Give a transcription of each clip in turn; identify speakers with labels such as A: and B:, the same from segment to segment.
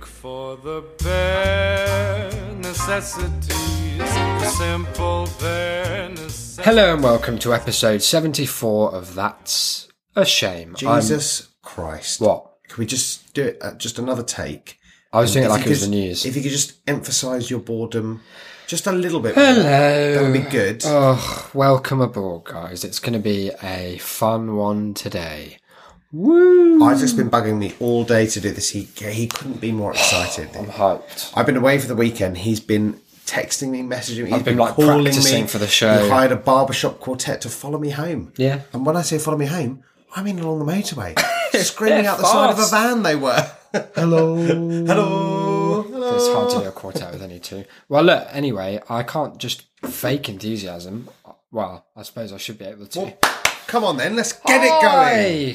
A: For the bare necessities, simple bare necessities.
B: Hello and welcome to episode 74 of That's a Shame. I'm-
C: Jesus Christ.
B: what?
C: Can we just do it? Uh, just another take.
B: I was doing it
C: If
B: like it
C: you
B: was the
C: could-
B: news.
C: If you could just emphasise your boredom just a little bit. more, That
B: Hello.
C: would be good.
B: Oh, welcome aboard, guys. It's going to be a fun one today. Woo!
C: Isaac's been bugging me all day to do this. He he couldn't be more excited.
B: I'm hyped.
C: I've been away for the weekend. He's been texting me, messaging me. He's
B: been, like,
C: calling
B: practicing
C: me.
B: for the show.
C: He hired a barbershop quartet to follow me home.
B: Yeah.
C: And when I say follow me home, I mean along the motorway, screaming out the side of a
B: fast.
C: van. They were. Hello. Hello. Hello.
B: It's hard to do a quartet with only two. Well, look, anyway, I can't just fake enthusiasm. Well, I suppose I should be able to.
C: Come on then, let's get it going.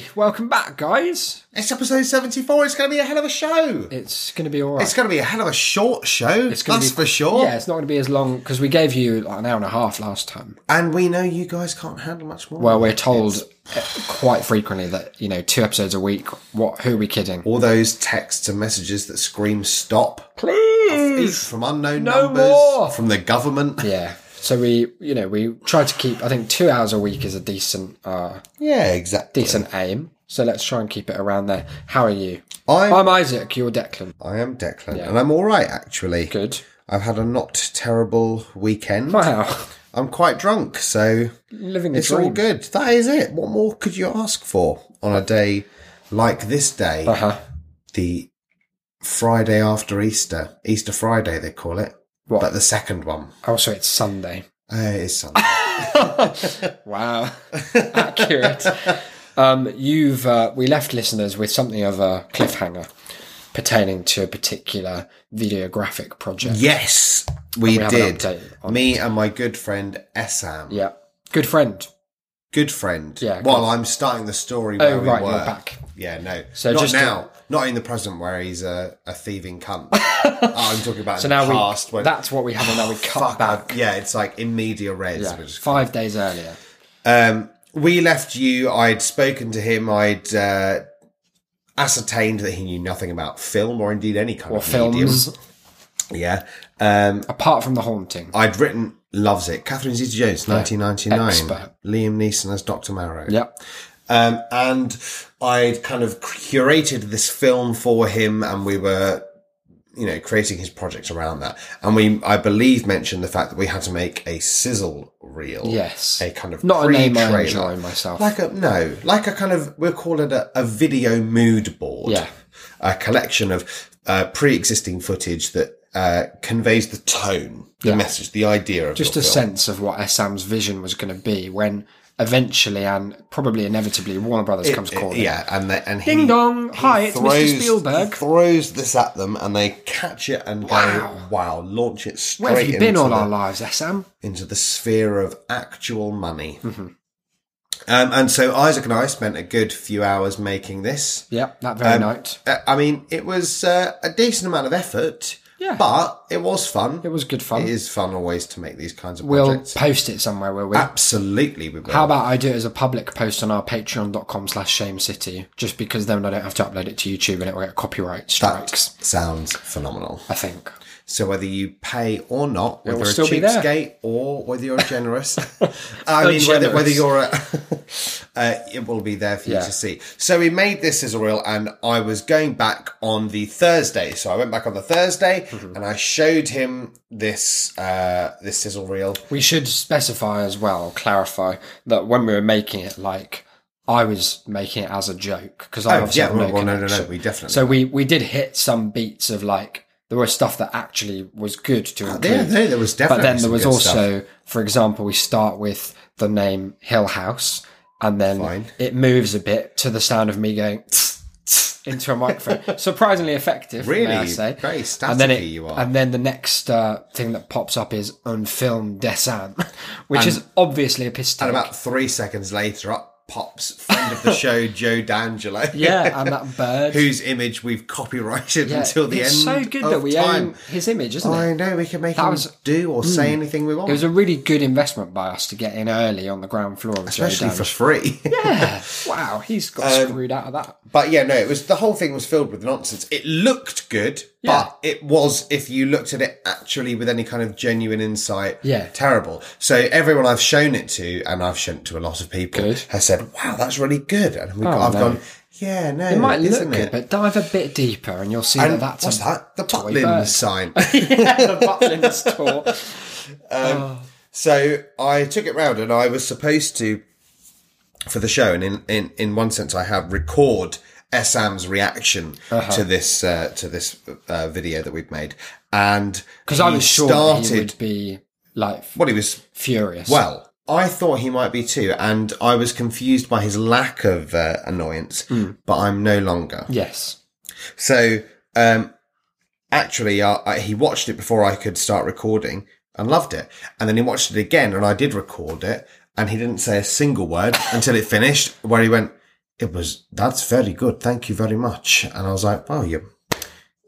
B: Hi! Welcome back, guys.
C: It's episode 74. It's going to be a hell of a show.
B: It's going to be all right.
C: It's going to be a hell of a short show.
B: It's gonna
C: that's
B: be-
C: for sure.
B: Yeah, it's not going to be as long because we gave you like an hour and a half last time.
C: And we know you guys can't handle much more.
B: Well, we're told uh, quite frequently that you know two episodes a week. What? Who are we kidding?
C: all those texts and messages that scream stop
B: Please.
C: from unknown
B: No
C: numbers,
B: more.
C: from the government.
B: Yeah. So we, you know, we try to keep. I think two hours a week is a decent, uh,
C: Yeah, exactly.
B: decent aim. So let's try and keep it around there. How are you?
C: I'm,
B: I'm Isaac. You're Declan.
C: I am Declan, and I'm all right actually.
B: Good.
C: I've had a not terrible weekend.
B: Wow.
C: I'm quite drunk, so
B: Living the
C: It's
B: dream.
C: all good. That is it. What more could you ask for on a day like this day?
B: Uh-huh.
C: The Friday after Easter, Easter Friday they call it,
B: What?
C: but the second one
B: Also, Oh, it's Sunday.
C: uh, is Sunday.
B: Wow, accurate. Um, you've uh, we left listeners with something of a cliffhanger pertaining to a particular videographic project.
C: yes, we,
B: we have an
C: did.
B: update on
C: Me and my good friend Esam.
B: Yeah, good friend.
C: Good friend.
B: Yeah,
C: While I'm starting the story
B: Oh
C: where we
B: right,
C: were.
B: you're back.
C: Yeah, no.
B: So
C: So not
B: just to-
C: now. Not in the present where he's a, a thieving cunt. Oh, I'm talking about
B: So
C: in the
B: now we
C: past. when-
B: that's what we have, and now we cut
C: fuck, I-
B: back.
C: Yeah, it's like in media res.
B: Yeah,
C: We're just
B: five days earlier.
C: Um, we left you. I'd spoken to him. I'd uh, ascertained that he knew nothing about film or indeed any kind
B: Or
C: of medium.
B: films,
C: Yeah. Um,
B: apart from the haunting.
C: I'd written loves it. Catherine Zeta-Jones, 1999.
B: Expert.
C: Liam Neeson as Dr. Marrow.
B: Yep.
C: Um, and I'd kind of curated this film for him, and we were, you know, creating his project around that. And we, I believe, mentioned the fact that we had to make a sizzle reel.
B: Yes.
C: A kind of
B: Not a name I
C: pre-trailer.
B: enjoy myself.
C: Like a no, like a kind of we'll call it a, a video mood board.
B: Yeah.
C: A collection of uh, pre-existing footage that uh, conveys the tone, the message, the idea of
B: Just a
C: your film.
B: sense of what Sam's vision was going to be when eventually and probably inevitably Warner Brothers comes calling.
C: Uh, Yeah, and they, and
B: Ding
C: he,
B: dong. Hi, it's
C: throws-
B: Mr. Spielberg.
C: he throws this at them, and they catch it and go, "Wow!" Launch it straight
B: Where have you been
C: into,
B: all
C: the,
B: our lives, Sam?
C: into the sphere of actual money.
B: Mm-hmm.
C: Um, and so Isaac and I spent a good few hours making this.
B: Yep, that very night.
C: Uh, I mean, it was uh, a decent amount of effort,
B: Yeah.
C: but it was fun.
B: It was good fun.
C: It is fun always to make these kinds of
B: we'll
C: projects.
B: post it somewhere, will we?
C: Absolutely, we will.
B: How about I do it as a public post on our patreon.com slash shame city, just because then I don't have to upload it to YouTube and it will get copyright
C: that
B: strikes,
C: sounds phenomenal.
B: I think.
C: So whether you pay or not, whether
B: will
C: you're a
B: still be there.
C: cheapskate or whether you're generous, I mean whether
B: generous.
C: whether you're a, uh, it will be there for you
B: Yeah.
C: to see. So we made this as a reel, and I was going back on the Thursday. So I went back on the Thursday,
B: Mm-hmm.
C: and I showed him this uh, this sizzle reel.
B: We should specify as well, clarify, that when we were making it, like, I was making it as a joke, because I
C: Oh,
B: obviously
C: yeah,
B: have no
C: well, no, no, no,
B: connection.
C: we definitely.
B: So we, we did hit some beats of, like, there was stuff that actually was good to include.
C: there, there, there was definitely.
B: but then there
C: some
B: was
C: good stuff.
B: also, for example, we start with the name Hill House, and then it moves a bit to the sound of me going into a microphone. Surprisingly effective, may I
C: Really?
B: say.
C: Very
B: and then
C: staticky you are.
B: And then the next uh, thing that pops up is unfilmed dessin, which is obviously a piss take.
C: and about three seconds later, up pops friend of the show, Joe D'Angelo.
B: Yeah, and that bird.
C: whose image we've copyrighted
B: yeah,
C: until the
B: it's
C: end.
B: so good
C: of
B: that we
C: time.
B: own his image, isn't it?
C: I know we can make
B: That
C: him
B: was- mm.
C: do or say anything we
B: It
C: want,
B: was a really good investment by us to get in early on the ground floor of Joe
C: especially for Um,
B: Dante.
C: free.
B: Yeah. Wow, he's got screwed out of that.
C: But yeah, no, it was the whole thing was filled with nonsense. It looked good,
B: Yeah.
C: but it was, if you looked at it actually with any kind of genuine insight,
B: Yeah.
C: terrible. So everyone I've shown it to, and I've shown it to a lot of people,
B: Good. Oh,
C: has said, "Wow, that's really good," and we've got, I've
B: no.
C: gone, "Yeah, no,
B: It might
C: isn't
B: look good,
C: it?"
B: but dive a bit deeper and you'll see
C: And
B: that that's
C: what's
B: a
C: that? The
B: toy
C: Butlin
B: bird.
C: sign.
B: the Butlins tour.
C: So I took it round and I was supposed to, for the show, and in, in, in one sense I have, record SM's reaction
B: Uh-huh.
C: to this uh, to this uh, video that we've made. And
B: Because I
C: he
B: was sure that he would be like
C: Well, he was
B: furious.
C: well. I thought he might be too, and I was confused by his lack of uh, annoyance.
B: Hmm.
C: But I'm no longer.
B: yes,
C: So um, actually, I, I, he watched it before I could start recording and loved it. And then he watched it again, and I did record it, and he didn't say a single word until it finished, where he went, "It was that's very good, thank you very much." And I was like, "Well, you."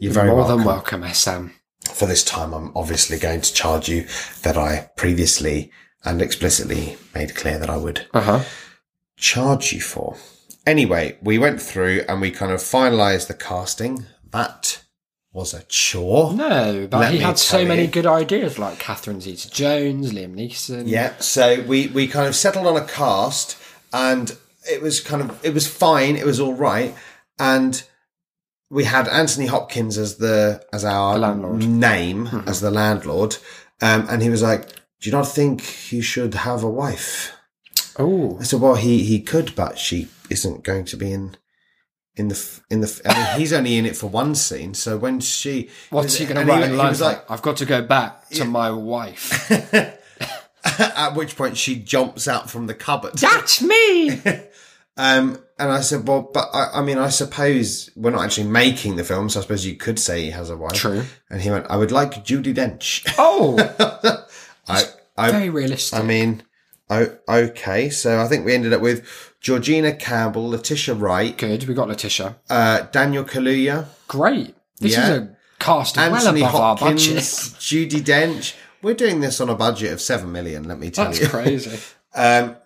C: You're very
B: more
C: welcome.
B: than welcome, SM.
C: For this time, I'm obviously going to charge you that I previously and explicitly made clear that I would
B: Uh huh.
C: charge you for. Anyway, we went through and we kind of finalized the casting. That was a chore.
B: No, but
C: Let
B: he
C: me
B: had so
C: tell
B: many
C: you.
B: good ideas, like Catherine Zeta-Jones, Liam Neeson.
C: Yeah, so we we kind of settled on a cast and it was kind of it was fine, it was all right and we had Anthony Hopkins as the as our
B: The landlord. Mm-hmm.
C: name as the landlord um, and he was like do you not think you should have a wife?
B: Oh,
C: I said, "Well, he he could, but she isn't going to be in in the f- in the. f- I mean, he's only in it for one scene. So when she
B: what's he going
C: and
B: to write in
C: he
B: lines
C: was like,
B: like, I've got to go back to my wife.
C: at which point she jumps out from the cupboard.
B: That's me.
C: Um, and I said, "Well, but I, I mean, I suppose we're not actually making the film, so I suppose you could say he has a wife."
B: True.
C: And he went, "I would like Judy Dench."
B: Oh,
C: I I
B: very realistic.
C: I mean. Oh, okay. So I think we ended up with Georgina Campbell, Letitia Wright,
B: good. We got Letitia.
C: uh, Daniel Kaluuya,
B: Great. This
C: Yeah.
B: is a cast
C: Anthony
B: well above
C: Hopkins,
B: our budget.
C: Judy Dench. We're doing this on a budget of seven million. Let me tell
B: That's
C: you.
B: crazy.
C: Um,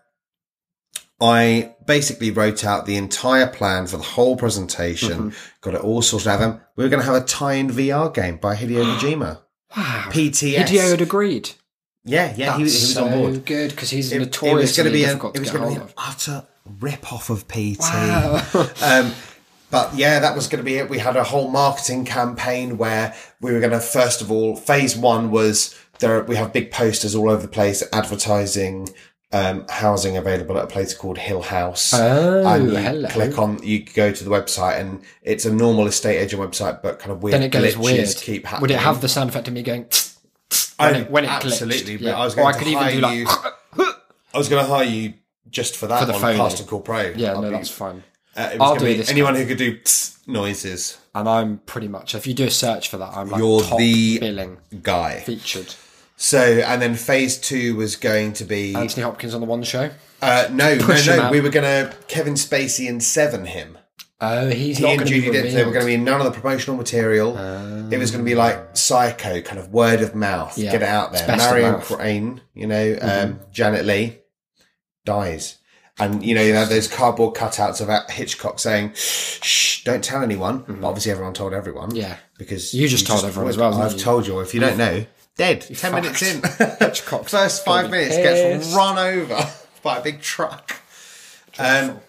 C: I basically wrote out the entire plan for the whole presentation,
B: Mm-hmm.
C: got it all sorted out. Then we were going to have a tie-in VR game by Hideo Kojima.
B: Wow.
C: PTS.
B: Hideo had agreed.
C: yeah, yeah, he, was- he was
B: so
C: on board.
B: good because he's
C: It, it
B: notoriously
C: was going to be an,
B: difficult
C: it was
B: to get
C: going to
B: hold
C: be an
B: of.
C: utter rip-off of PT.
B: Wow.
C: Um, but yeah, that was going to be it. We had a whole marketing campaign where we were going to, first of all, phase one was there. We have big posters all over the place advertising um, housing available at a place called Hill House.
B: Oh,
C: and you
B: hello.
C: click on, you go to the website, and it's a normal estate agent website, but kind of weird
B: then it goes
C: glitches
B: weird.
C: keep happening.
B: Would it have the sound effect of me going tsk, tsk,
C: Oh,
B: when it, when it glitched?
C: absolutely, but I was
B: or
C: going
B: I
C: to
B: could even
C: hire
B: do like
C: you- I was going to hire you just for that
B: the
C: one,
B: phone.
C: Cast and Call Pro.
B: yeah,
C: I'll
B: no,
C: be-
B: that's fine.
C: Uh, it was
B: I'll
C: gonna
B: do
C: be
B: this
C: Anyone who could do noises,
B: And I'm pretty much if you do a search for that, I'm like
C: You're
B: top
C: the-
B: billing
C: guy.
B: featured.
C: So, and then phase two was going to be
B: Anthony Hopkins on the one show.
C: uh, no, no,
B: Push him
C: no.
B: out.
C: We were going to Kevin Spacey and Seven him.
B: Oh, he's
C: He
B: not
C: and
B: going to
C: Judy
B: be
C: Dench. They were
B: revealed. Ah.
C: going to be in none of the promotional material. it was going to be like Psycho, kind of word of mouth.
B: Yeah.
C: Get it out there.
B: best of Mm-hmm.
C: Marion
B: mouth.
C: Crane, you know, um, Janet Lee dies, and you know, you know those cardboard cutouts of Hitchcock saying, "Shh, don't tell anyone." But obviously, everyone told everyone.
B: Mm-hmm. Yeah.
C: because
B: You just told everyone as well, didn't
C: I've
B: you?
C: told you. If you don't know, dead. Ten minutes in,
B: Hitchcock's
C: first five
B: gonna be
C: minutes
B: pissed.
C: gets run over by a big truck. Um,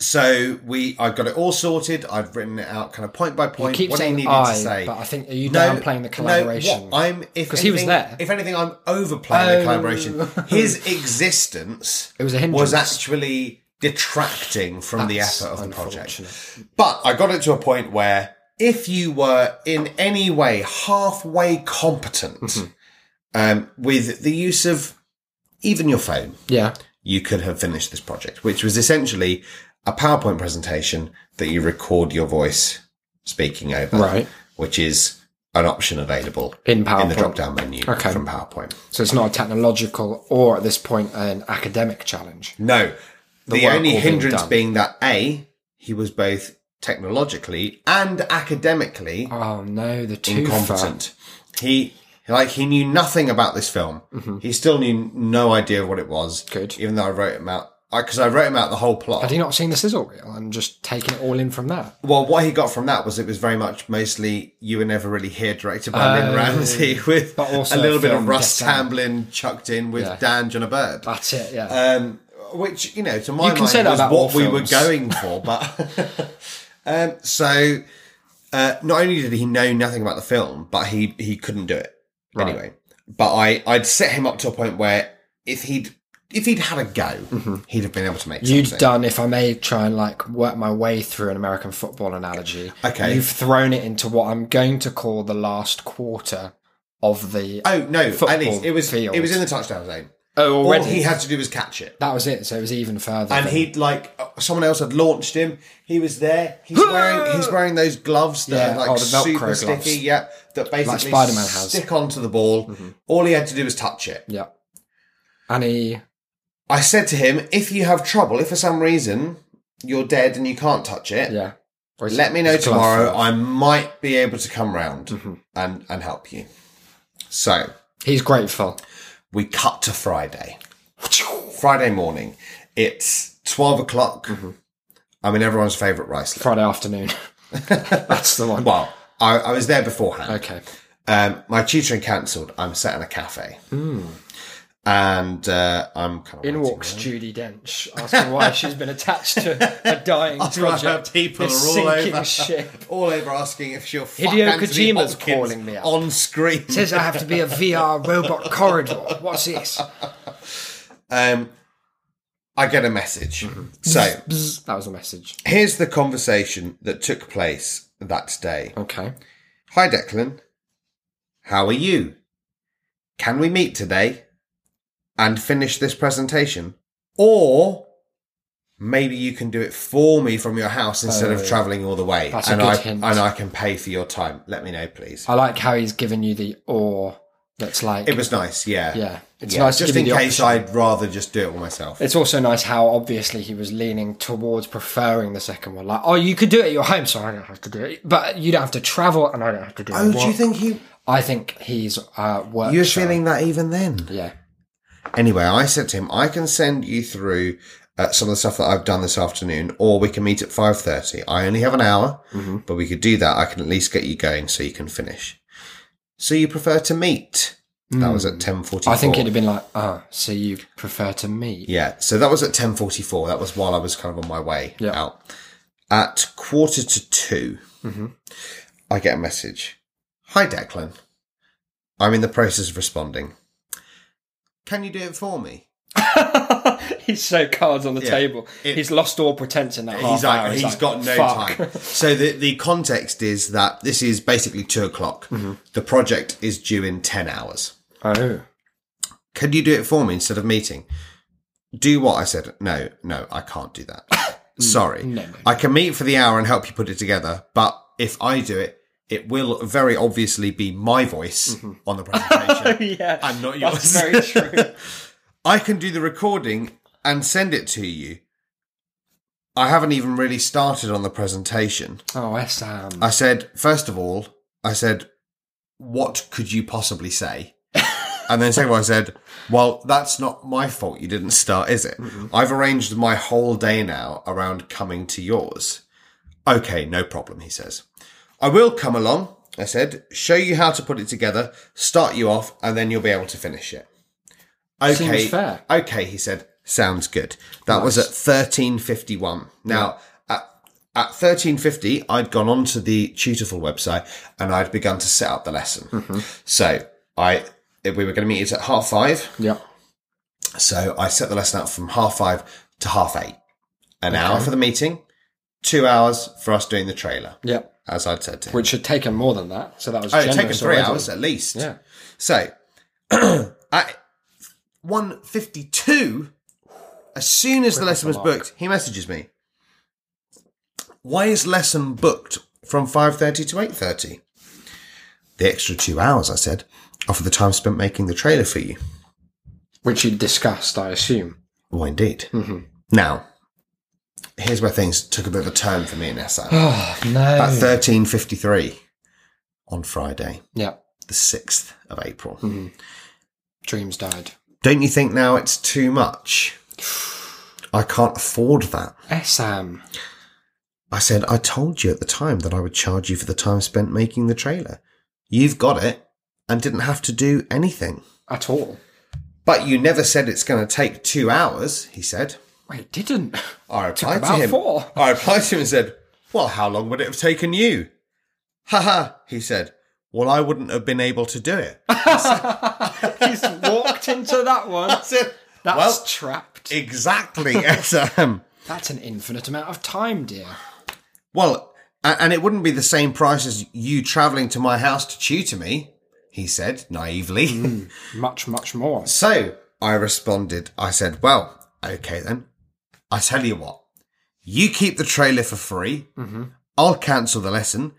C: so we, I got it all sorted. I've written it out, kind of point by point.
B: keep
C: what I
B: saying
C: needed
B: I,
C: to say.
B: but I think- are you
C: No,
B: downplaying the
C: no,
B: collaboration?
C: what? I'm if
B: 'Cause he was
C: anything-
B: there.
C: If anything, I'm overplaying the
B: Oh.
C: collaboration. His existence
B: It was a hindrance.
C: was actually detracting from the
B: That's
C: effort of the project.
B: unfortunate.
C: But I got it to a point where if you were in any way halfway competent
B: Mm-hmm.
C: um, with the use of even your phone,
B: Yeah.
C: you could have finished this project, which was essentially a PowerPoint presentation that you record your voice speaking over,
B: Right.
C: which is an option available
B: In
C: in the
B: PowerPoint.
C: drop down menu
B: Okay.
C: from PowerPoint.
B: So it's not a technological or at this point an academic challenge.
C: No,
B: work
C: the only
B: all being
C: hindrance
B: done.
C: being that a he was both technologically and academically
B: Oh no, the twofer.
C: incompetent. He like he knew nothing about this film. He still knew no idea what it was.
B: Mm-hmm. Good.
C: even though I wrote him out because I wrote him out the whole
B: Had
C: plot.
B: he not seen the sizzle reel and just taken it all in from that?
C: Well, what he got from that was it was very much mostly you were never really here, directed by Lynn Ramsey, with
B: Oh. but also
C: a little bit of
B: filmed
C: Russ
B: just out.
C: Tamblyn chucked in with
B: Yeah.
C: Dan John a bird.
B: That's it. Yeah.
C: Um, which you know, to my
B: You can
C: mind,
B: say that
C: was
B: about
C: what
B: all
C: we were
B: films.
C: going for. But um, so, uh, not only did he know nothing about the film, but he he couldn't do it
B: Right.
C: anyway. But I I'd set him up to a point where if he'd if he'd had a go,
B: Mm-hmm.
C: he'd have been able to make.
B: You've
C: something.
B: done, if I may try and like work my way through an American football analogy.
C: Okay.
B: You've thrown it into what I'm going to call the last quarter of the.
C: Oh no! At least
B: football
C: it was
B: field.
C: it was in the touchdown zone.
B: Oh,
C: All
B: already.
C: he had to do was catch it.
B: that was it. So it was even further.
C: and
B: than-
C: he'd like uh, someone else had launched him. He was there. He's wearing he's wearing those gloves that
B: Yeah,
C: are like
B: oh, the Velcro
C: super
B: gloves.
C: sticky. Yep, that basically
B: Spider-Man has. Mm-hmm.
C: stick onto the ball. All he had to do was touch it.
B: Yeah. And he.
C: I said to him, "If you have trouble, if for some reason you're dead and you can't touch it,
B: Yeah. Or his-
C: let me know
B: his glove Mm-hmm.
C: tomorrow.
B: fell.
C: I might be able to come round and and help you." So
B: He's grateful.
C: we cut to Friday. Friday morning. It's twelve o'clock.
B: Mm-hmm.
C: I mean, everyone's favourite rice. Lake.
B: Friday afternoon. That's the one.
C: Well, I, I was there beforehand.
B: Okay.
C: Um, my tutoring cancelled. I'm sat in a cafe. And uh, I'm kind of
B: Hmm. In
C: waiting.
B: walks Judy Dench, asking why she's been attached to a dying
C: That's right,
B: project.
C: people
B: this
C: are all
B: sinking
C: over,
B: ship.
C: all over asking if she'll fuck
B: Hideo
C: Anthony
B: Kojima's
C: Hopkins
B: calling me up.
C: on screen.
B: Says I have to be a VR robot corridor. What's this?
C: Um, I get a message.
B: Mm-hmm.
C: So
B: That was a message.
C: here's the conversation that took place that day.
B: Okay.
C: Hi, Declan. How are you? Can we meet today and finish this presentation? Or maybe you can do it for me from your house instead of traveling all the way.
B: That's a
C: and
B: good
C: I
B: hint.
C: and I can pay for your time. Let me know, please.
B: I like how he's given you the or that's like
C: It was nice, yeah.
B: yeah. It's
C: Yeah,
B: nice to
C: just
B: give
C: in
B: you the
C: case
B: option.
C: I'd rather just do it all myself.
B: It's also nice how obviously he was leaning towards preferring the second one. Like, oh, you could do it at your home, so I don't have to do it. But you don't have to travel, and I don't have to do it.
C: Oh, do you
B: What-
C: think he
B: I think he's uh, worked.
C: you were feeling that even then?
B: yeah.
C: Anyway, I said to him, I can send you through uh, some of the stuff that I've done this afternoon, or we can meet at five thirty. I only have an hour,
B: Mm-hmm.
C: but we could do that. I can at least get you going so you can finish. So you prefer to meet? That was at ten forty.
B: Hmm. I think it'd have been like, oh, so you prefer to meet?
C: yeah. So that was at ten forty four. That was while I was kind of on my way
B: Yeah.
C: out. At quarter to 2
B: Mm-hmm.
C: I get a message. Hi, Declan. I'm in the process of responding. Can you do it for me?
B: he's so cards on the
C: Yeah.
B: table.
C: It-
B: he's lost all pretense in that
C: he's
B: half hour.
C: like, he's got no
B: fuck.
C: time. So the the context is that this is basically two o'clock.
B: Mm-hmm.
C: The project is due in ten hours.
B: Oh,
C: Can you do it for me instead of meeting? Do what I said. No, no, I can't do that.
B: Mm,
C: Sorry, I can meet for the hour and help you put it together. But if I do it, it will very obviously be my voice on the presentation
B: Mm-hmm. yeah.
C: and not yours.
B: That's very true.
C: I can do the recording and send it to you. I haven't even really started on the presentation.
B: oh, Sam.
C: I said, first of all, I said, what could you possibly say? and then second, of all, I said, well, that's not my fault. You didn't start, is it? I've arranged my whole day now around coming to yours. Okay, no problem, he says. I will come along, I said, show you how to put it together, start you off, and then you'll be able to finish it. Okay.
B: Seems fair.
C: Okay, he said, sounds good. That was at 1351. Now, at, at 1350, I'd gone onto the Tutorful website and I'd begun to set up the lesson.
B: Mm-hmm.
C: So I, we were going to meet at half five.
B: yeah.
C: So I set the lesson up from half five to half eight. An hour for the meeting, two hours for us doing the trailer,
B: Yeah.
C: as I'd said to him.
B: Which had taken more than that. So that was
C: Oh, it
B: generous
C: taken three
B: already.
C: hours at least.
B: Yeah.
C: So at one fifty two, as soon as the lesson was booked, he messages me. Why is lesson booked from five thirty to eight thirty? The extra two hours, I said, are for the time spent making the trailer for you.
B: Which you discussed, I assume.
C: Oh, indeed. Now, here's where things took a bit of a turn for me in Essan.
B: Oh, no.
C: At 13.53 on Friday,
B: yeah.
C: the 6th of April.
B: Dreams died.
C: Don't you think now it's too much? I can't afford that.
B: Sam.
C: I said, I told you at the time that I would charge you for the time spent making the trailer. You've got it and didn't have to do anything.
B: At all.
C: But you never said it's going to take two hours, he said.
B: Wait, didn't.
C: I replied to
B: about
C: him.
B: four.
C: I replied to him and said, Well, how long would it have taken you? Ha ha, he said. Well, I wouldn't have been able to do it. I
B: He's walked into that one.
C: said,
B: That's
C: well,
B: trapped.
C: exactly, SM.
B: That's an infinite amount of time, dear.
C: Well, a- and it wouldn't be the same price as you travelling to my house to tutor me, he said naively.
B: Much, much more.
C: So I responded, I said, Well, okay then. I tell you what, you keep the trailer for free, I'll cancel the lesson,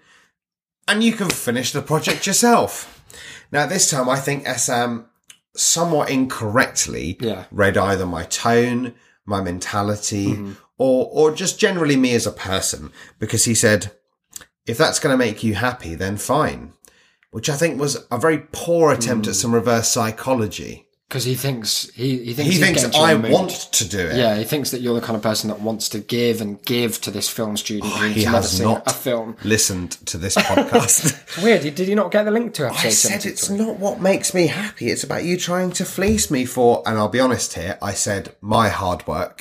C: and you can finish the project yourself. Now, this time I think SM somewhat incorrectly
B: Yeah.
C: read either my tone, my mentality, or, or just generally me as a person, because he said, If that's going to make you happy, then fine. Which I think was a very poor attempt at some reverse psychology
B: Because he thinks he, he thinks
C: he
B: he's
C: thinks
B: getting to
C: I
B: your mood.
C: want to do it.
B: Yeah, he thinks that you're the kind of person that wants to give and give to this film student who's
C: Oh, He
B: never
C: has
B: seen
C: not
B: a film.
C: listened to this podcast.
B: It's weird. he- Did he not get the link to episode
C: I said it's
B: 73?
C: not what makes me happy. It's about you trying to fleece me for, and I'll be honest here, I said my hard work.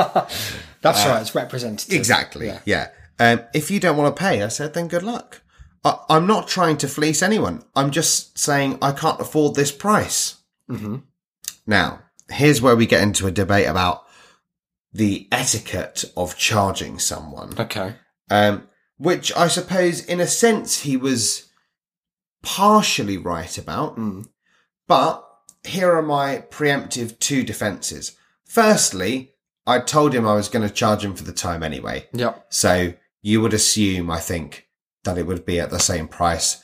B: That's right. It's representative.
C: exactly. Yeah. Um, if you don't want to pay, I said, then good luck. I, I'm not trying to fleece anyone. I'm just saying I can't afford this price. Mm-hmm. Now, here's where we get into a debate about the etiquette of charging someone.
B: Okay.
C: um, which I suppose, in a sense, he was partially right about. mm. But here are my preemptive two defences. Firstly, I told him I was going to charge him for the time anyway.
B: Yep.
C: So you would assume, I think, that it would be at the same price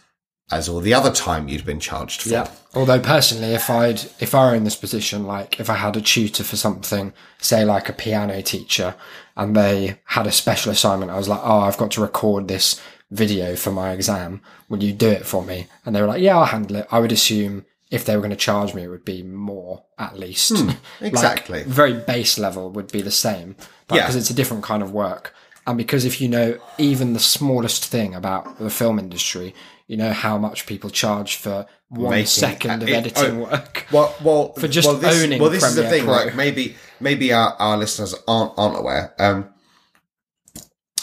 C: as all the other time you'd been charged for.
B: Yeah. Although personally, if I'd if I were in this position, like if I had a tutor for something, say like a piano teacher, and they had a special assignment, I was like, oh, I've got to record this video for my exam. Will you do it for me? And they were like, yeah, I'll handle it. I would assume if they were going to charge me, it would be more at least. Like,
C: Hmm, exactly.
B: very base level would be the same, but
C: Yeah.
B: because it's a different kind of work. And because if you know even the smallest thing about the film industry, you know how much people charge for one
C: Making-
B: second of
C: uh, it-
B: editing
C: oh,
B: work.
C: Well, well, for
B: just
C: well, this,
B: owning
C: Well, this is the
B: Premiere
C: thing.
B: Pro.
C: Like maybe, maybe our, our listeners aren't aren't aware. Um,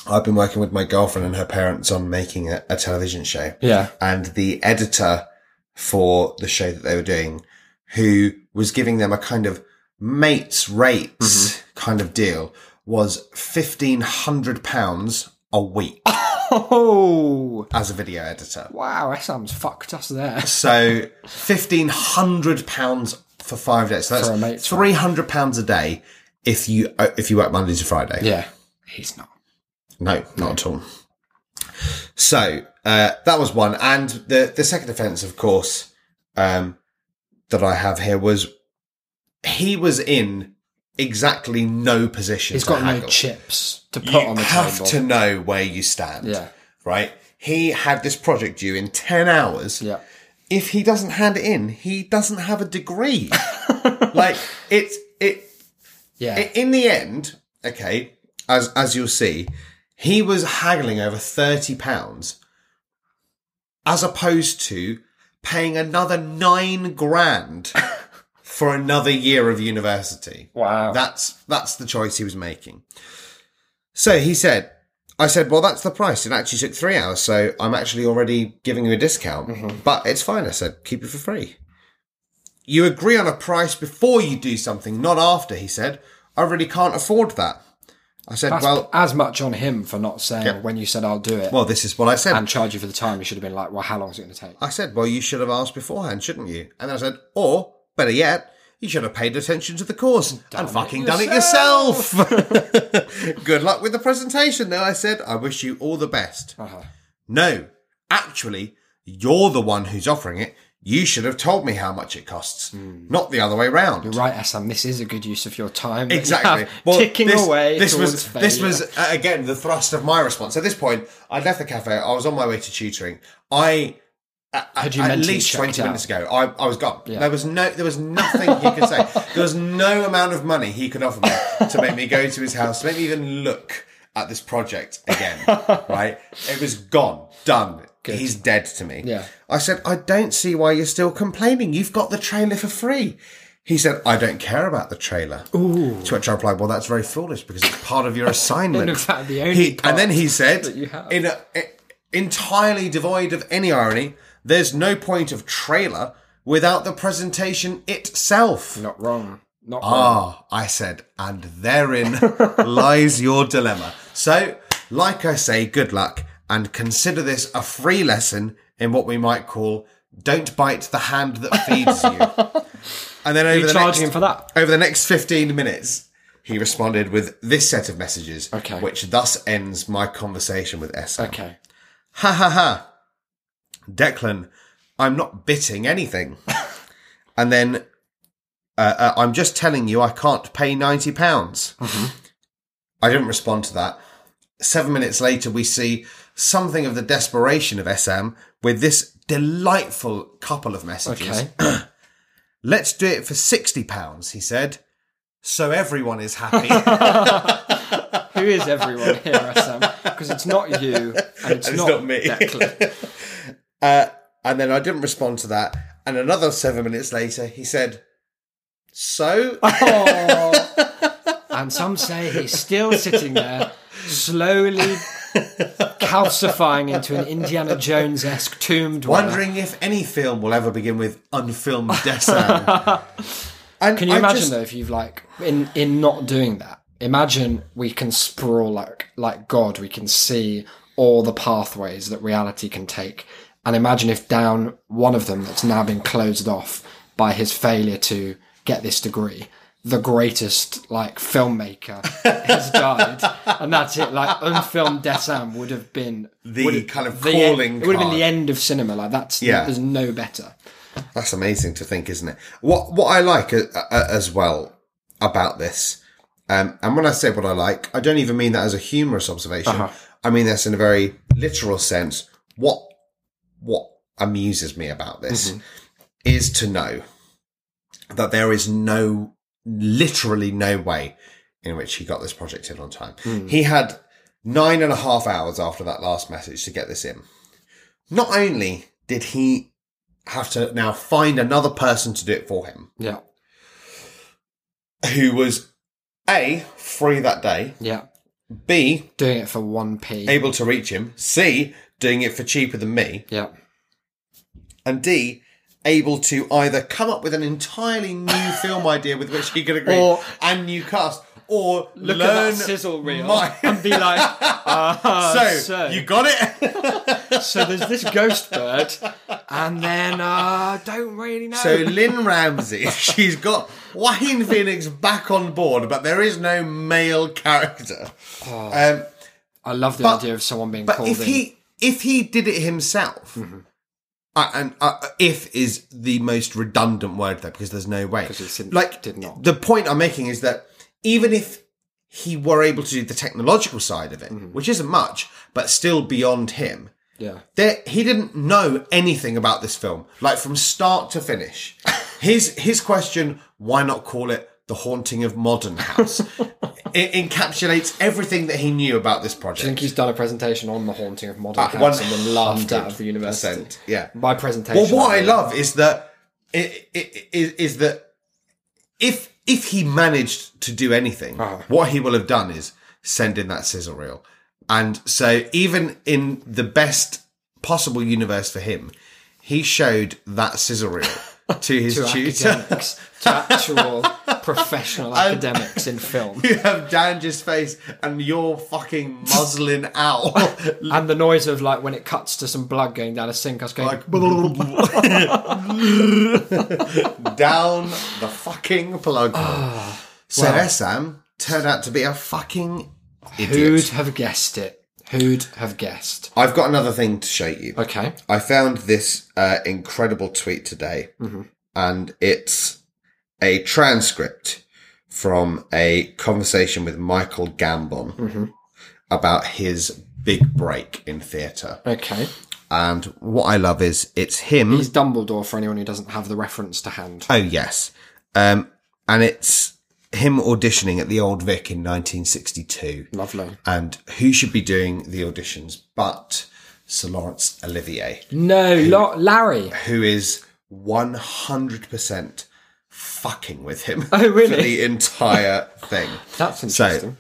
C: I've been working with my girlfriend and her parents on making a, a television show,
B: Yeah.
C: and the editor for the show that they were doing, who was giving them a kind of mates rates
B: Mm-hmm.
C: kind of deal, was fifteen hundred pounds a week
B: Oh
C: as a video editor.
B: wow, SM's fucked us there.
C: So fifteen hundred pounds for five days. So
B: For a mate's
C: that's three hundred pounds a day if you uh, if you work Monday to Friday.
B: Yeah. He's not.
C: No, not at all. So uh, that was one, and the the second offence, of course, um, that I have here was he was in exactly no position.
B: He's
C: to
B: got no
C: haggle.
B: chips to put
C: You
B: on the
C: have
B: table.
C: to know where you stand.
B: Yeah.
C: Right. He had this project due in ten hours
B: Yeah.
C: if he doesn't hand it in, he doesn't have a degree. like it's it,
B: Yeah.
C: it in the end, okay, as as you'll see, he was haggling over 30 pounds as opposed to paying another 9 grand for another year of university.
B: wow.
C: That's that's the choice he was making. So he said, I said, well, that's the price. It actually took three hours, so I'm actually already giving you a discount. But it's fine. I said, keep it for free. You agree on a price before you do something, not after. He said, I really can't afford that. I said,
B: That's
C: well,
B: as much on him for not saying when you said I'll do it
C: well, this is what I said.
B: and charge you for the time, you should have been like, Well, how long is it gonna take?
C: I said, well, you should have asked beforehand, shouldn't you? And then I said, or better yet, you should have paid attention to the course and fucking done it yourself. Good luck with the presentation. Then I said, I wish you all the best.
B: Uh-huh.
C: No, actually, you're the one who's offering it. you should have told me how much it costs, not the other way round.
B: Hmm. You're right, Assam. This is a good use of your time. that you
C: Exactly.
B: have ticking
C: this,
B: away.
C: This
B: towards
C: was this was
B: failure.
C: uh, again the thrust of my response. At this point, I'd left the cafe. I was on my way to tutoring. I a- a-
B: Had you
C: at
B: mentally
C: least
B: checked
C: twenty
B: out?
C: minutes ago, I, I was gone. There was no there was nothing he could say. There was no amount of money he could offer me to make me go to his house, to make me even look at this project again. right? It was gone, done. He's dead to me.
B: Yeah.
C: I said, I don't see why you're still complaining. You've got the trailer for free. He said, I don't care about the trailer. To which I replied, Well, that's very foolish because it's part of your assignment.
B: In fact, the only
C: He-
B: part
C: and then he said,
B: you have.
C: in a, e- entirely devoid of any irony, there's no point of trailer without the presentation itself.
B: not wrong. Not wrong.
C: Ah, I said, and therein lies your dilemma. So, like I say, good luck and consider this a free lesson in what we might call don't bite the hand that feeds you. and then over
B: You
C: the
B: charge
C: next
B: him for that.
C: over the next 15 minutes, he responded with this set of messages,
B: Okay.
C: which thus ends my conversation with Essa.
B: Okay.
C: Ha ha ha. Declan, I'm not bitting anything. and then uh, uh, I'm just telling you I can't pay £90. pounds
B: Mm-hmm.
C: I didn't respond to that. Seven minutes later, we see something of the desperation of SM with this delightful couple of messages.
B: Okay.
C: Let's do it for £60, pounds, he said. So everyone is happy.
B: Who is everyone here, Assam? Because it's not you and it's,
C: it's
B: not,
C: not me.
B: Declan.
C: Uh, and then I didn't respond to that. And another seven minutes later, he said, So?
B: Oh. And some say he's still sitting there, slowly calcifying into an Indiana Jones esque tomb dweller.
C: Wondering if any film will ever begin with unfilmed Desan. and
B: Can you
C: I
B: imagine
C: just-
B: though if you've like in in not doing that? Imagine we can sprawl like like God. We can see all the pathways that reality can take, and imagine if down one of them that's now been closed off by his failure to get this degree, the greatest like filmmaker has died, and that's it. Like unfilmed Desam would have been
C: The
B: would have-
C: kind of
B: the end-
C: calling
B: It would have been
C: card.
B: the end of cinema. Like that's
C: Yeah.
B: there's no better.
C: That's amazing to think, isn't it? What what I like uh, uh, as well about this, um, and when I say what I like, I don't even mean that as a humorous observation. I mean this in a very literal sense. What what amuses me about this is to know that there is no literally no way in which he got this project in on time. He had nine and a half hours after that last message to get this in. Not only did he have to now find another person to do it for him,
B: Yeah,
C: who was A, free that day,
B: yeah.
C: B,
B: Doing it for one p.
C: able to reach him, C, doing it for cheaper than me,
B: yeah.
C: and D, able to either come up with an entirely new film idea with which he could agree
B: Or-
C: and new cast, or
B: look
C: learn
B: at that sizzle reel
C: my-
B: and be like, uh,
C: so,
B: so, so,
C: you got it.
B: there's this ghost bird, and then uh, don't really know.
C: so Lynn Ramsey, she's got Joaquin Phoenix back on board, but there is no male character.
B: Ah.
C: Um,
B: I love the
C: but-
B: idea of someone being
C: But
B: called
C: if
B: in.
C: he if he did it himself,
B: Mm-hmm.
C: I, and uh, if is the most redundant word there because there's no way.
B: he sim- did not.
C: The point I'm making is that even if he were able to do the technological side of it,
B: Mm-hmm.
C: which isn't much, but still beyond him,
B: yeah,
C: there he didn't know anything about this film, like from start to finish. His his question: Why not call it the Haunting of Modern House? it encapsulates everything that he knew about this project.
B: I think he's done a presentation on the haunting of modern
C: Uh,
B: house and then laughed out of the
C: 100%,
B: university.
C: yeah.
B: my presentation.
C: Well, what I
B: mean,
C: love is that i- i- i- is is that if if he managed to do anything, what he will have done is send in that sizzle reel, and so even in the best possible universe for him, he showed that sizzle reel to his
B: to
C: tutor.
B: academics, to actual professional academics in film,
C: You have Danger's face and your fucking muslin owl.
B: and the noise of like when it cuts to some blood going down a sink. I was going,
C: down the fucking plug hole. So Sam turned out to be a fucking idiot.
B: who'd have guessed it? Who'd have guessed?
C: I've got another thing to show you.
B: Okay.
C: I found this uh, incredible tweet today,
B: Mm-hmm.
C: and it's a transcript from a conversation with Michael Gambon
B: Mm-hmm.
C: about his big break in theatre.
B: Okay.
C: And what I love is it's him.
B: He's Dumbledore for anyone who doesn't have the reference to hand.
C: Oh yes, um, and it's him auditioning at the Old Vic in 1962,
B: Lovely.
C: and who should be doing the auditions but Sir Laurence Olivier,
B: No, La- Larry.
C: who is 100 percent fucking with him
B: Oh, really?
C: for the entire thing.
B: That's
C: So,
B: interesting.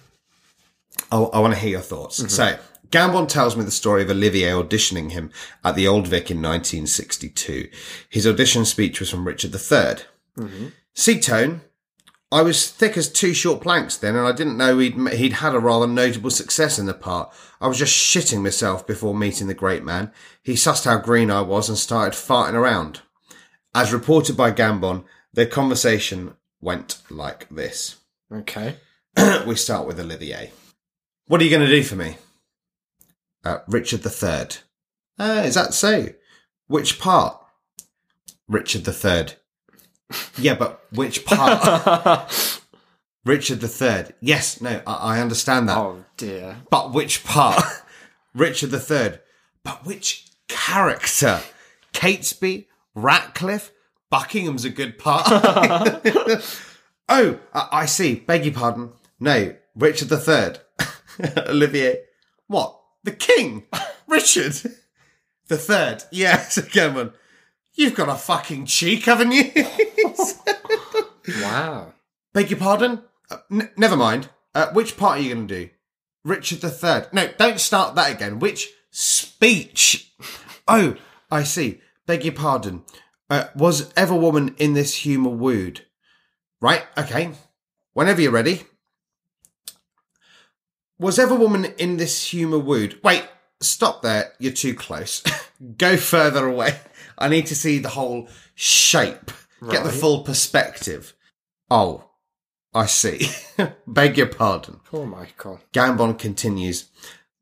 C: I, want to hear your thoughts. So, Gambon tells me the story of Olivier auditioning him at the Old Vic in 1962. His audition speech was from Richard III. Sea Tone, I was thick as two short planks then, and I didn't know he'd, m- he'd had a rather notable success in the part. I was just shitting myself before meeting the great man. He sussed how green I was and started farting around. As reported by Gambon, their conversation went like this.
B: okay.
C: we start with Olivier. What are you going to do for me? Uh, Richard III. Ah, is that so? Which part? Richard III. Yeah, but which part? Richard III. Yes, no, I, I understand that.
B: Oh dear.
C: But which part? Richard III. But which character? Catesby? Ratcliffe? Buckingham's a good part. oh, I, I see. Beg your pardon. No, Richard III. Olivier. What? The king? Richard? The third. Yes, again, one. You've got a fucking cheek, haven't you?
B: Wow.
C: Beg your pardon? Uh, n- never mind. Uh, which part are you going to do? Richard III. No, don't start that again. Which speech? Oh, I see. Beg your pardon. Uh, was ever woman in this humour wooed? Right, okay. Whenever you're ready. Was ever woman in this humour wooed? Wait, stop there. You're too close. Go further away. I need to see the whole shape, get the
B: Right.
C: full perspective. Oh, I see. Beg your pardon.
B: Poor Michael.
C: Gambon continues.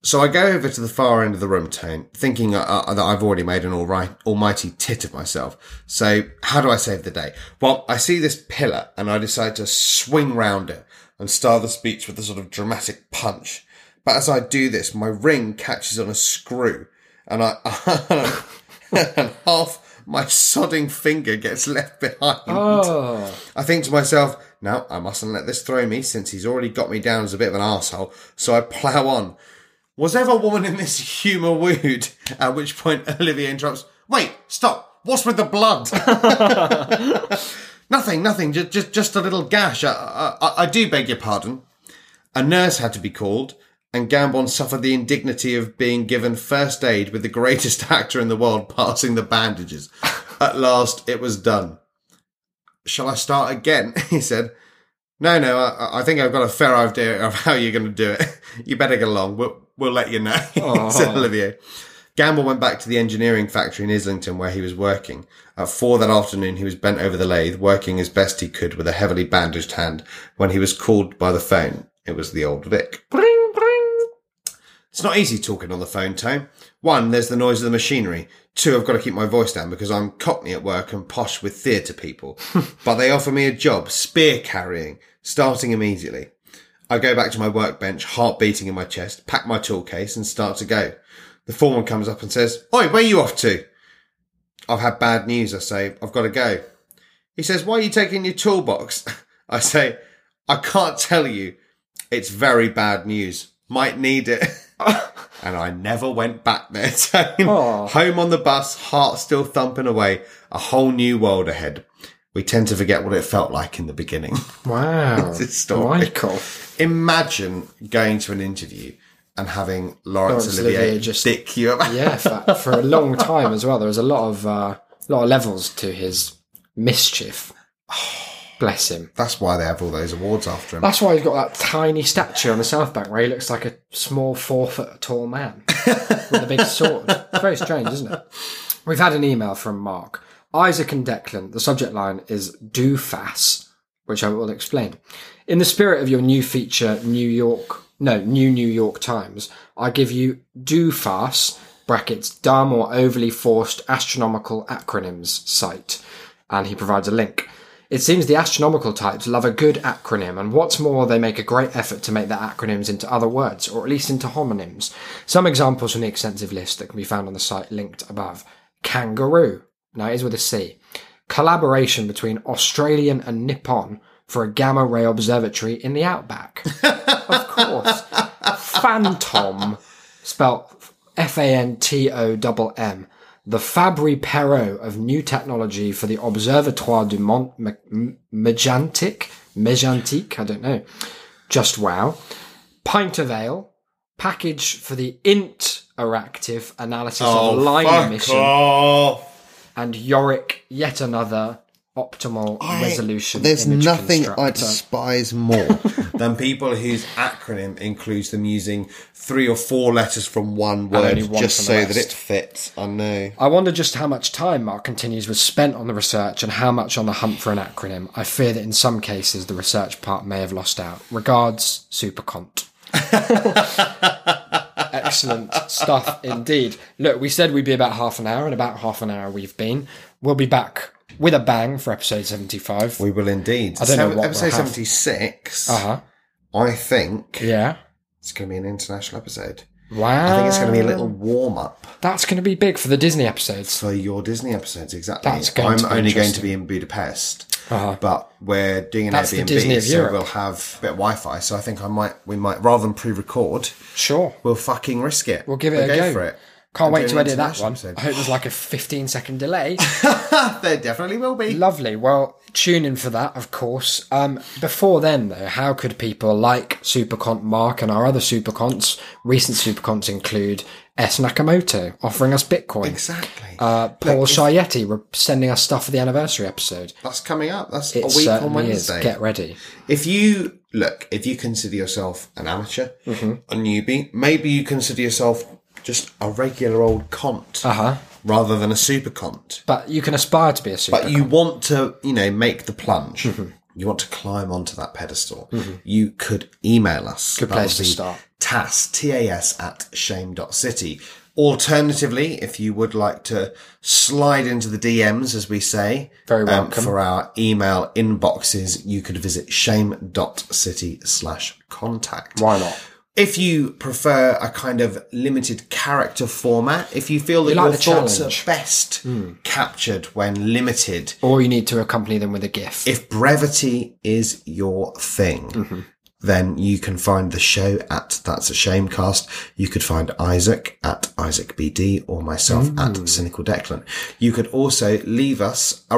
C: So I go over to the far end of the room, Tone, thinking uh, uh, that I've already made an all right, almighty tit of myself. So how do I save the day? Well, I see this pillar and I decide to swing round it and start the speech with a sort of dramatic punch. But as I do this, my ring catches on a screw and I, and half my sodding finger gets left behind.
B: Oh.
C: I think to myself, no, I mustn't let this throw me since he's already got me down as a bit of an arsehole. So I plough on. Was ever woman in this humour wooed? At which point Olivia interrupts, wait, stop, what's with the blood? nothing, nothing, just, just, just a little gash. I, I, I- I do beg your pardon. A nurse had to be called, and Gambon suffered the indignity of being given first aid with the greatest actor in the world passing the bandages. At last, it was done. Shall I start again? He said. No, no, I, I think I've got a fair idea of how you're going to do it. You better get along. We'll, we'll let you know, said Olivier. Gamble went back to the engineering factory in Islington where he was working. At four that afternoon, he was bent over the lathe, working as best he could with a heavily bandaged hand when he was called by the phone. It was the old Vic.
B: Bring, bring.
C: It's not easy talking on the phone, Tone. One, there's the noise of the machinery. Two, I've got to keep my voice down because I'm cockney at work and posh with theatre people. but they offer me a job, spear carrying, starting immediately. I go back to my workbench, heart beating in my chest, pack my tool case and start to go. The foreman comes up and says, Oi, where you off to? I've had bad news, I say. I've got to go. He says, Why are you taking your toolbox? I say, I can't tell you. It's very bad news. Might need it. and I never went back there. Tone.
B: Aw.
C: Home on the bus, heart still thumping away. A whole new world ahead. We tend to forget what it felt like in the beginning.
B: Wow.
C: It's a story.
B: Michael.
C: Imagine going to an interview and having Laurence,
B: Laurence
C: Olivier,
B: Olivier just-
C: just dick you up.
B: Yeah, for, for a long time as well. There was a lot of uh, lot of levels to his mischief. Bless him.
C: That's why they have all those awards after him.
B: That's why he's got that tiny statue on the South Bank where he looks like a small four foot tall man with a big sword. It's very strange, isn't it? We've had an email from Mark. Isaac and Declan, the subject line is do fast, which I will explain. In the spirit of your new feature, New York no, New New York Times. I give you DOFAS brackets dumb or overly forced astronomical acronyms site, and he provides a link. It seems the astronomical types love a good acronym, and what's more, they make a great effort to make their acronyms into other words, or at least into homonyms. Some examples from the extensive list that can be found on the site linked above. Kangaroo. Now it is with a C. Collaboration between Australian and Nippon for a gamma ray observatory in the outback. of course. Phantom, spelt F A N T O M M. The Fabry Perot of new technology for the Observatoire du Mont M- M- Megantic. Megantic, I don't know. Just wow. Pint of Ale, package for the interactive analysis of
C: Oh,
B: line
C: fuck
B: emission,
C: off.
B: and Yorick, yet another optimal resolution.
D: There's
B: image
D: nothing I
B: constructor.
D: despise more.
C: Than people whose acronym includes them using three or four letters from one word
B: only one
D: just
B: from
D: so
B: the
D: that
B: rest.
D: it fits. I know.
B: I wonder just how much time Mark continues was spent on the research and how much on the hunt for an acronym. I fear that in some cases the research part may have lost out. Regards, Supercont. Excellent stuff indeed. Look, we said we'd be about half an hour, and about half an hour we've been. We'll be back with a bang for episode 75.
C: We will indeed. I
B: don't know what we'll
C: episode
B: have.
C: 76,
B: Uh huh.
C: I think
B: Yeah.
C: it's going to be an international episode.
B: Wow.
C: I think it's going to be a little
B: Um,
C: warm up
B: That's going to be big for the Disney episodes.
C: for your Disney episodes. Exactly.
B: That's going
C: I'm
B: to be
C: only going to
B: interesting.
C: be in Budapest,
B: Uh-huh.
C: but we're doing an
B: That's the
C: Airbnb,
B: Disney of
C: so
B: Europe.
C: we'll have a bit of Wi-Fi. So I think I might, we might, rather than pre-record,
B: Sure.
C: we'll fucking risk it.
B: We'll give it a go.
C: for it.
B: Can't wait
C: doing
B: to
C: an
B: edit that
C: international
B: one.
C: episode.
B: I hope there's like a 15 second delay.
C: There definitely will be.
B: Lovely. Well, tune in for that, of course. Um, before then, though, how could people like Supercont Mark and our other Superconts, recent Superconts include S. Nakamoto offering us Bitcoin,
C: Exactly.
B: uh, Paul Shayetti re- sending us stuff for the anniversary episode.
C: That's coming up. That's
B: It
C: a week on
B: certainly is.
C: Wednesday.
B: Get ready.
C: If you look, if you consider yourself an amateur,
B: Mm-hmm.
C: a newbie, maybe you consider yourself just a regular old cont
B: Uh huh.
C: rather than a super cont.
B: But you can aspire to be a
C: But
B: Supercont.
C: you want to, you know, make the plunge.
B: Mm-hmm.
C: You want to climb onto that pedestal. You could email us. Good
B: place to start.
C: TAS, T-A-S at shame.city. Alternatively, if you would like to slide into the DMs, as we say, um,
B: Very welcome.
C: for our email inboxes, you could visit shame.city slash contact.
B: Why not?
C: If you prefer a kind of limited character format, if you feel that
B: like
C: your
B: the
C: thoughts
B: challenge. Hmm.
C: are best captured when limited,
B: Or you need to accompany them with a GIF.
C: if brevity is your thing,
B: Mm-hmm.
C: then you can find the show at That's a Shamecast. You could find Isaac at Isaac BD or myself
B: Hmm.
C: at Cynical Declan. You could also leave us a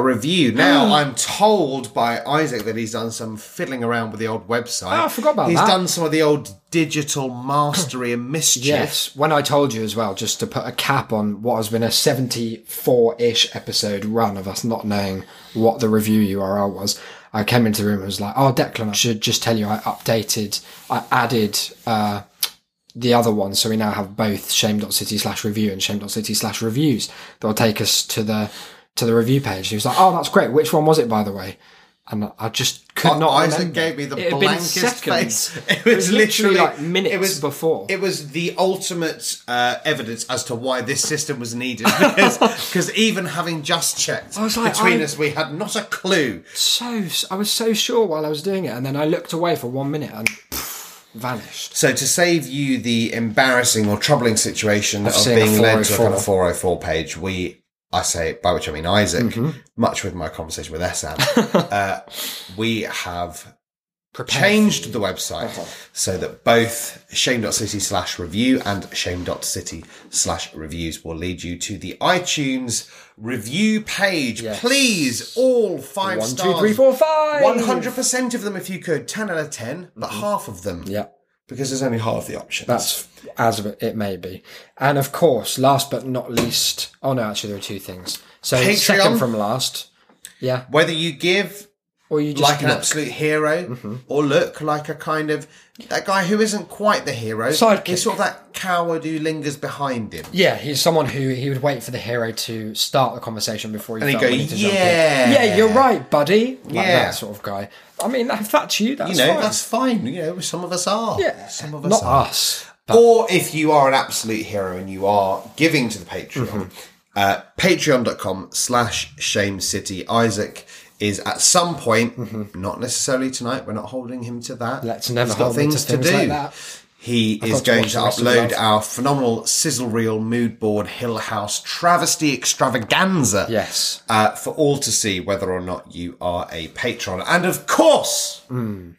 C: review. Now I'm told by Isaac that he's done some fiddling around with the old website.
B: Oh, I forgot about
C: he's
B: that.
C: done some of the old digital mastery and mischief.
B: Yes, when I told you as well, just to put a cap on what has been a 74 ish episode run of us not knowing what the review URL was, I came into the room and was like, oh, Declan, I should just tell you I updated, I added uh, the other one. So we now have both shame.city slash review and shame.city slash reviews that will take us to the to the review page. He was like, oh, that's great. Which one was it, by the way? And I just could not.
C: Isaac
B: remember.
C: gave me the
B: It had been
C: blankest
B: seconds.
C: face. It was, literally,
B: like minutes
C: it was,
B: before.
C: It was the ultimate uh, evidence as to why this system was needed because 'cause even having just checked
B: was like,
C: between
B: I-
C: us, we had not a clue.
B: so I was so sure while I was doing it, and then I looked away for one minute and pff, vanished.
C: So to save you the embarrassing or troubling situation of
B: seeing a
C: being led to a kind of
B: 404.
C: 404 page, we, I say, by which I mean Isaac,
B: Mm-hmm.
C: much with my conversation with Esam, uh, we have
B: Prepared.
C: changed the website so that both shame.city slash review and shame.city slash reviews will lead you to the iTunes review page.
B: Yes.
C: Please, all five
B: One,
C: stars.
B: two, three, four, five.
C: 100% of them if you could. 10 out of 10, but
B: Mm-hmm.
C: half of them.
B: Yeah,
C: Because there's only half the options.
B: that's as it may be. And of course, last but not least, oh no, actually there are two things. So
C: Patreon?
B: second from last, yeah,
C: Whether you give
B: Or you just
C: like an
B: look. Mm-hmm.
C: absolute hero, or look like a kind of that guy who isn't quite the hero.
B: Sidekick.
C: He's sort of that coward who lingers behind him.
B: Yeah, he's someone who he would wait for the hero to start the conversation before he
C: And he'd
B: felt
C: go,
B: ready to jump in.
C: "Yeah."
B: yeah, you're right, buddy. Like
C: Yeah.
B: that sort of guy. I mean, if that's you, that's
C: You know,
B: fine.
C: that's fine. You know, some of us are.
B: yeah,
C: some of us
B: not
C: are.
B: us.
C: Or if you are an absolute hero and you are giving to the Patreon,
B: Mm-hmm.
C: uh, patreon.com slash shame city. Isaac is at some point, not necessarily tonight, we're not holding him to that.
B: Mm-hmm. Let's never
C: He's got
B: hold him to things like that.
C: He is
B: got to
C: going
B: watch
C: to
B: the rest of the
C: upload
B: love.
C: our phenomenal sizzle reel mood board Hill House travesty extravaganza.
B: Yes.
C: Uh, for all to see whether or not you are a patron. And of course,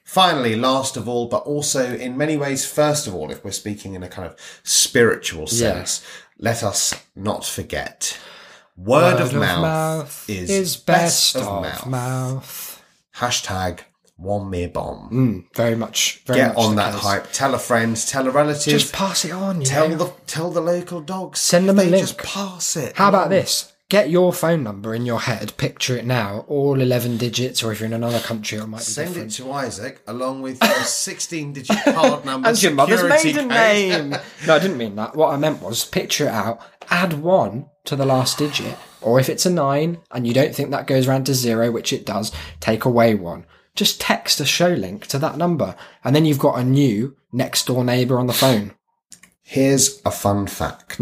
C: finally, last of all, but also in many ways, first of all, if we're speaking in a kind of spiritual sense, let us not forget word, of, mouth, is, best, of mouth.
B: mouth.
C: Hashtag one mere bomb.
B: Very much. Mm, Very
C: Get
B: much
C: on
B: the
C: that
B: case.
C: hype. Tell a friend, tell a relative.
B: Just pass it on. You
C: Tell
B: know?
C: the tell the local dogs.
B: Send them a
C: they
B: link.
C: Just pass it.
B: How about this? Get your phone number in your head. Picture it now. All eleven digits, or if you're in another country, it might be
C: Send
B: different.
C: it to Isaac along with your 16 digit card number.
B: That's your mother's
C: security
B: maiden
C: code.
B: name. no, I didn't mean that. What I meant was picture it out, add one to the last digit, or if it's a nine and you don't think that goes round to zero, which it does, take away one. Just text a show link to that number, and then you've got a new next door neighbour on the phone.
C: Here's a fun fact.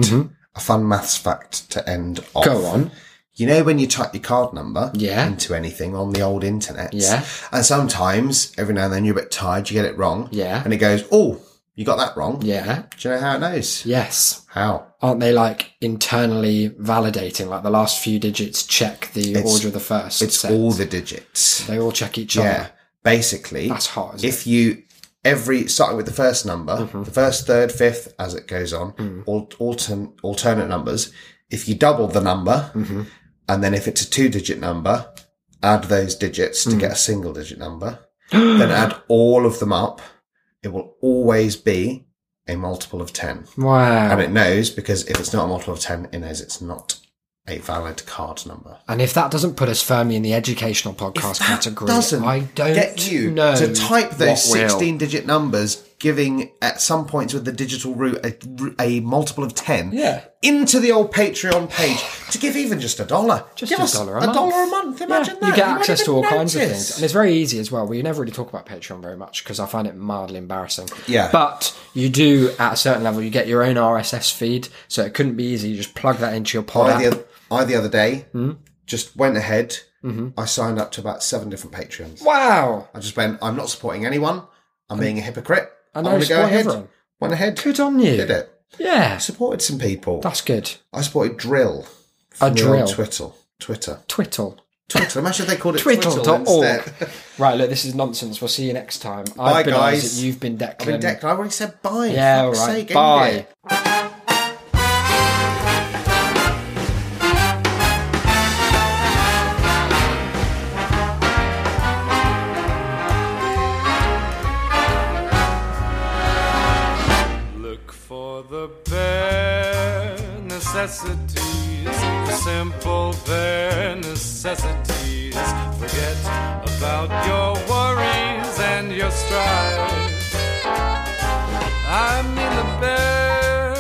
C: A fun maths fact to end off.
B: Mm-hmm. Go on.
C: You know when you type your card number
B: Yeah.
C: into anything on the old internet?
B: Yeah.
C: And sometimes, every now and then, you're a bit tired, you get it wrong.
B: Yeah.
C: And it goes, oh, you got that wrong.
B: Yeah.
C: Do you know how it knows?
B: Yes.
C: How?
B: Aren't they like internally validating? Like the last few digits check the order of the first.
C: It's
B: set.
C: all the digits.
B: They all check each
C: Yeah.
B: other.
C: Basically,
B: That's hot. Isn't it?
C: if you every starting with the first number, the first, third, fifth, as it goes on, al- altern, alternate numbers. If you double the number, and then if it's a two-digit number, add those digits to get a single-digit number. then add all of them up. It will always be a multiple of ten,
B: Wow.
C: and it knows because if it's not a multiple of ten, it knows it's not a valid card number.
B: And if that doesn't put us firmly in the educational podcast category, I don't
C: get you
B: know
C: to type those
B: what will.
C: 16 digit numbers giving at some points with the digital route a, a multiple of 10
B: Yeah.
C: into the old patreon page to give even just a dollar
B: Just
C: Give
B: a
C: us
B: dollar a month.
C: dollar a month imagine
B: Yeah,
C: that
B: You get
C: won't
B: access to all
C: even
B: kinds of
C: notice.
B: things, and it's very easy as well. We never really talk about Patreon very much because I find it mildly embarrassing.
C: Yeah.
B: but you do at a certain level, you get your own RSS feed, so it couldn't be easy. You just plug that Hmm? into your pod.
C: I,
B: app.
C: the, oth- I the other day just went ahead
B: Mm-hmm.
C: i signed up to about seven different patreons
B: Wow,
C: i just went i'm not supporting anyone i'm being a hypocrite i'm
B: and I
C: going to go
B: support
C: ahead
B: everyone.
C: went ahead
B: good on you.
C: did it
B: Yeah,
C: supported some people
B: that's good.
C: I supported drill.
B: A
C: from the
B: drill.
C: old Twitter. Twitter.
B: Twiddle.
C: Twitter. Imagine if they called it Twitter
B: Twiddle.org.
C: instead.
B: Right, look, this is nonsense. We'll see you next time. I've
C: Bye,
B: been
C: guys.
B: Isaac, you've been Declan.
C: I mean, Declan, I already said bye.
B: Yeah, all
C: Fuck's
B: right.
C: sake, end
B: Bye.
C: it.
A: Look for the bare necessities, the simple bare necessities. Forget about your worries and your strife. I mean the bare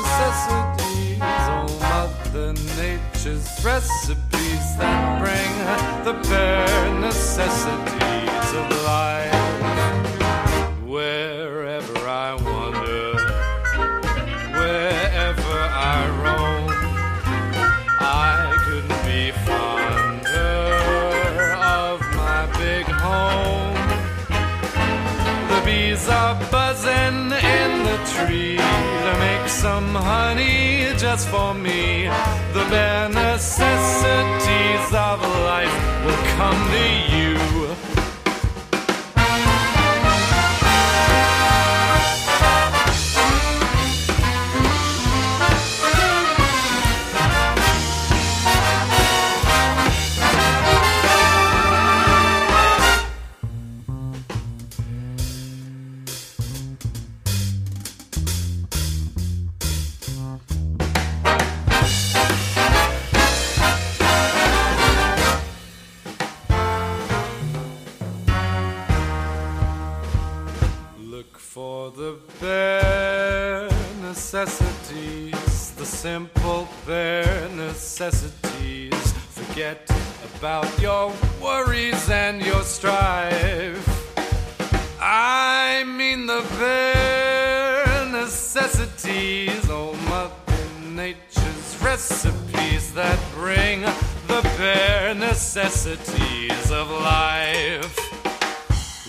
A: necessities, oh Mother Nature's recipes that bring the bare necessities of life wherever I wander, wherever I roam, I couldn't be fonder of my big home. The bees are buzzing in the tree to make some honey just for me. The bare necessities of life will come to you. their necessities. Forget about your worries and your strife. I mean the bare necessities, oh Mother Nature's recipes that bring the bare necessities of life.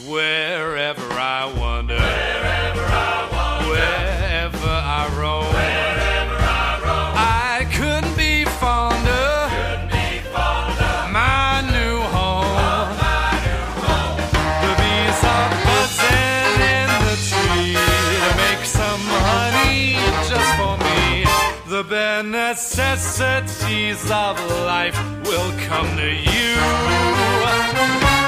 A: Wherever I wander, wherever I wander, wherever I roam, wherever I roam, I couldn't be fonder, could be fonder, my new home. The bees are buzzing in the tree to make some honey just for me. The bare necessities of life will come to you.